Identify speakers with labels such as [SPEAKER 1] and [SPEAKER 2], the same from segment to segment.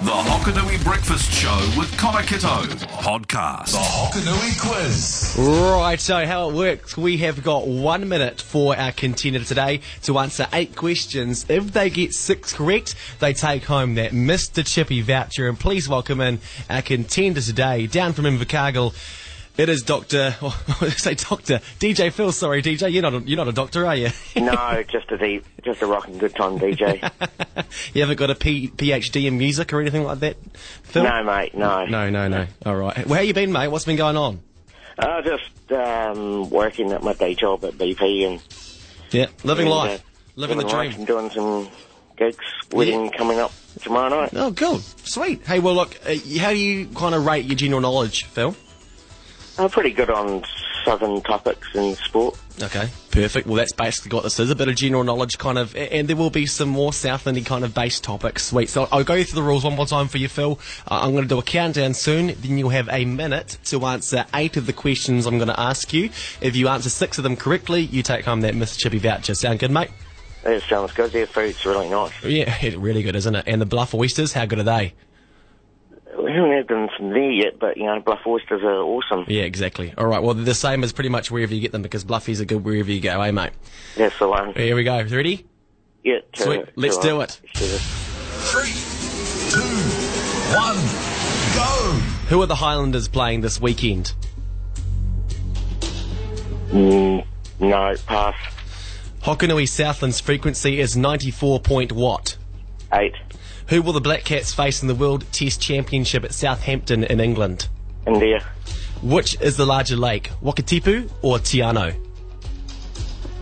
[SPEAKER 1] The Hokanui Breakfast Show with Connor Kitto. Podcast.
[SPEAKER 2] The Hokanui Quiz.
[SPEAKER 3] Right, so how it works, we have got one minute for our contender today to answer eight questions. If they get six correct, they take home that Mr. Chippy voucher. And please welcome in our contender today, down from Invercargill. It is Doctor, or say Doctor DJ Phil. Sorry, DJ, you're not a, you're not a doctor, are you?
[SPEAKER 4] No, just a D- just a rocking good time DJ.
[SPEAKER 3] you haven't got a P, PhD in music or anything like that, Phil?
[SPEAKER 4] no, mate, no.
[SPEAKER 3] no, no, no. All right. Well, how you been, mate? What's been going on?
[SPEAKER 4] Uh, just um, working at my day job at BP and
[SPEAKER 3] Yeah, living
[SPEAKER 4] and, uh,
[SPEAKER 3] life, living the
[SPEAKER 4] life
[SPEAKER 3] dream.
[SPEAKER 4] and doing some gigs. Wedding coming up tomorrow night.
[SPEAKER 3] Oh, cool. Sweet. Hey, well, look, uh, how do you kind of rate your general knowledge, Phil?
[SPEAKER 4] I'm pretty good on southern topics in sport.
[SPEAKER 3] Okay. Perfect. Well, that's basically what this is a bit of general knowledge, kind of, a- and there will be some more Southlandy kind of base topics. Sweet. So I'll go through the rules one more time for you, Phil. Uh, I'm going to do a countdown soon, then you'll have a minute to answer eight of the questions I'm going to ask you. If you answer six of them correctly, you take home that Mr. Chippy voucher. Sound good, mate?
[SPEAKER 4] It sounds good. Their food's really nice.
[SPEAKER 3] Yeah, it's really good, isn't it? And the Bluff Oysters, how good are they?
[SPEAKER 4] We haven't had them from there yet, but you know, Bluff Oysters are awesome.
[SPEAKER 3] Yeah, exactly. All right, well, they're the same as pretty much wherever you get them because Bluffies are good wherever you go, eh, mate?
[SPEAKER 4] That's the one.
[SPEAKER 3] Here we go. Ready?
[SPEAKER 4] Yeah, to-
[SPEAKER 3] Sweet.
[SPEAKER 4] to
[SPEAKER 3] Let's
[SPEAKER 4] on.
[SPEAKER 3] do it.
[SPEAKER 4] Let's do this.
[SPEAKER 2] Three, two, one, go.
[SPEAKER 3] Who are the Highlanders playing this weekend?
[SPEAKER 4] Mm, no, pass.
[SPEAKER 3] Hokanui Southland's frequency is 94 point what?
[SPEAKER 4] Eight.
[SPEAKER 3] Who will the Black Cats face in the World Test Championship at Southampton in England?
[SPEAKER 4] India.
[SPEAKER 3] Which is the larger lake, Wakatipu or Tiano?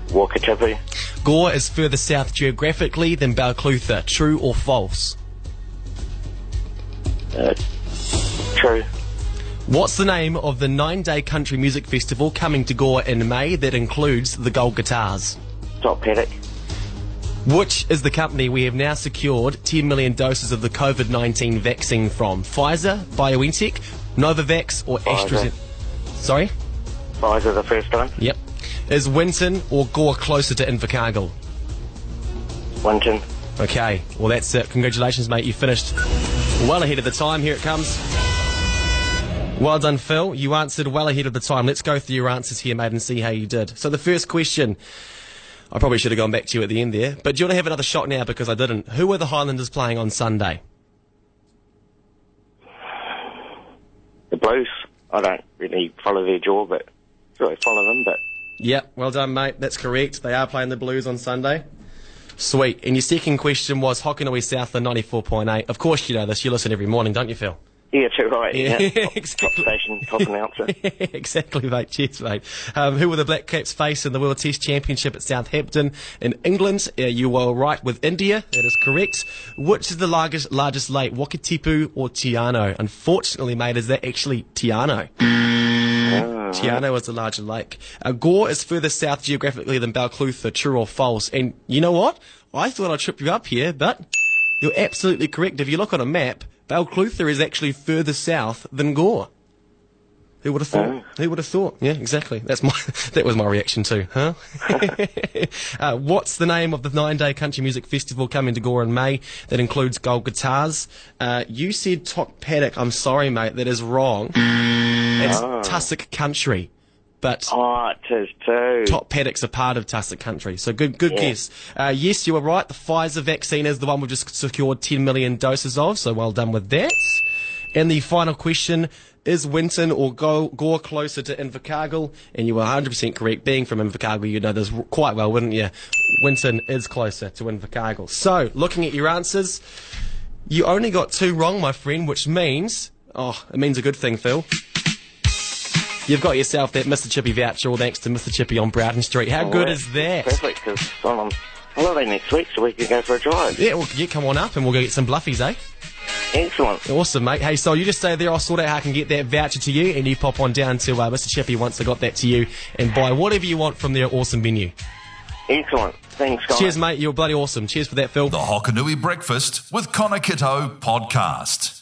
[SPEAKER 4] Wakatipu.
[SPEAKER 3] Gore is further south geographically than Balclutha. True or false?
[SPEAKER 4] Uh, true.
[SPEAKER 3] What's the name of the nine-day country music festival coming to Gore in May that includes the Gold Guitars?
[SPEAKER 4] Top paddock.
[SPEAKER 3] Which is the company we have now secured 10 million doses of the COVID 19 vaccine from? Pfizer, BioNTech, Novavax, or AstraZeneca? Sorry?
[SPEAKER 4] Pfizer the first time.
[SPEAKER 3] Yep. Is Winton or Gore closer to Invercargill?
[SPEAKER 4] Winton.
[SPEAKER 3] Okay, well, that's it. Congratulations, mate. You finished well ahead of the time. Here it comes. Well done, Phil. You answered well ahead of the time. Let's go through your answers here, mate, and see how you did. So, the first question, I probably should have gone back to you at the end there, but do you want to have another shot now because I didn't? Who are the Highlanders playing on Sunday?
[SPEAKER 4] The Blues. I don't really follow their jaw, but so I follow them. But
[SPEAKER 3] Yep, well done, mate. That's correct. They are playing the Blues on Sunday. Sweet. And your second question was Hokanui Southland 94.8. Of course, you know this. You listen every morning, don't you, Phil?
[SPEAKER 4] yeah, too right.
[SPEAKER 3] Yeah,
[SPEAKER 4] Yeah, top,
[SPEAKER 3] exactly.
[SPEAKER 4] top station, top announcer.
[SPEAKER 3] exactly, mate. Cheers, mate. Um, who will the Black Caps face in the World Test Championship at Southampton in England? Uh, you were right with India. That is correct. Which is the largest, largest lake, Wakatipu or Tiano? Unfortunately, mate, is that actually Tiano? Tiano is the larger lake. Uh, Gore is further south geographically than Balclutha, true or false. And you know what? I thought I'd trip you up here, but you're absolutely correct. If you look on a map, Balclutha is actually further south than Gore. Who would have thought? Who would have thought? Yeah, exactly. That's my that was my reaction too, huh? uh, what's the name of the nine-day country music festival coming to Gore in May that includes gold guitars? Uh, you said Toc Paddock. I'm sorry, mate. That is wrong. It's Tussock Country, but
[SPEAKER 4] Oh, it is too.
[SPEAKER 3] Top Paddocks are part of Tussock Country. So good, good guess. Uh, yes, you were right. The Pfizer vaccine is the one we've just secured 10 million doses of. So well done with that. And the final question is Winton or Go- Gore closer to Invercargill? And you were 100% correct. Being from Invercargill, you'd know this r- quite well, wouldn't you? Winton is closer to Invercargill. So looking at your answers, you only got two wrong, my friend, which means, oh, it means a good thing, Phil. You've got yourself that Mr. Chippy voucher, all thanks to Mr. Chippy on Broughton Street. How good is that?
[SPEAKER 4] Perfect. Because I'm on holiday next week, so we can go for a drive.
[SPEAKER 3] Yeah, well, you come on up and we'll go get some bluffies, eh?
[SPEAKER 4] Excellent.
[SPEAKER 3] Awesome, mate. Hey, so you just stay there. I'll sort out how I can get that voucher to you, and you pop on down to uh, Mr. Chippy once I got that to you, and buy whatever you want from their awesome menu.
[SPEAKER 4] Excellent. Thanks, guys.
[SPEAKER 3] Cheers, mate. You're bloody awesome. Cheers for that, Phil.
[SPEAKER 2] The Hokanui Breakfast with Connor Kitto podcast.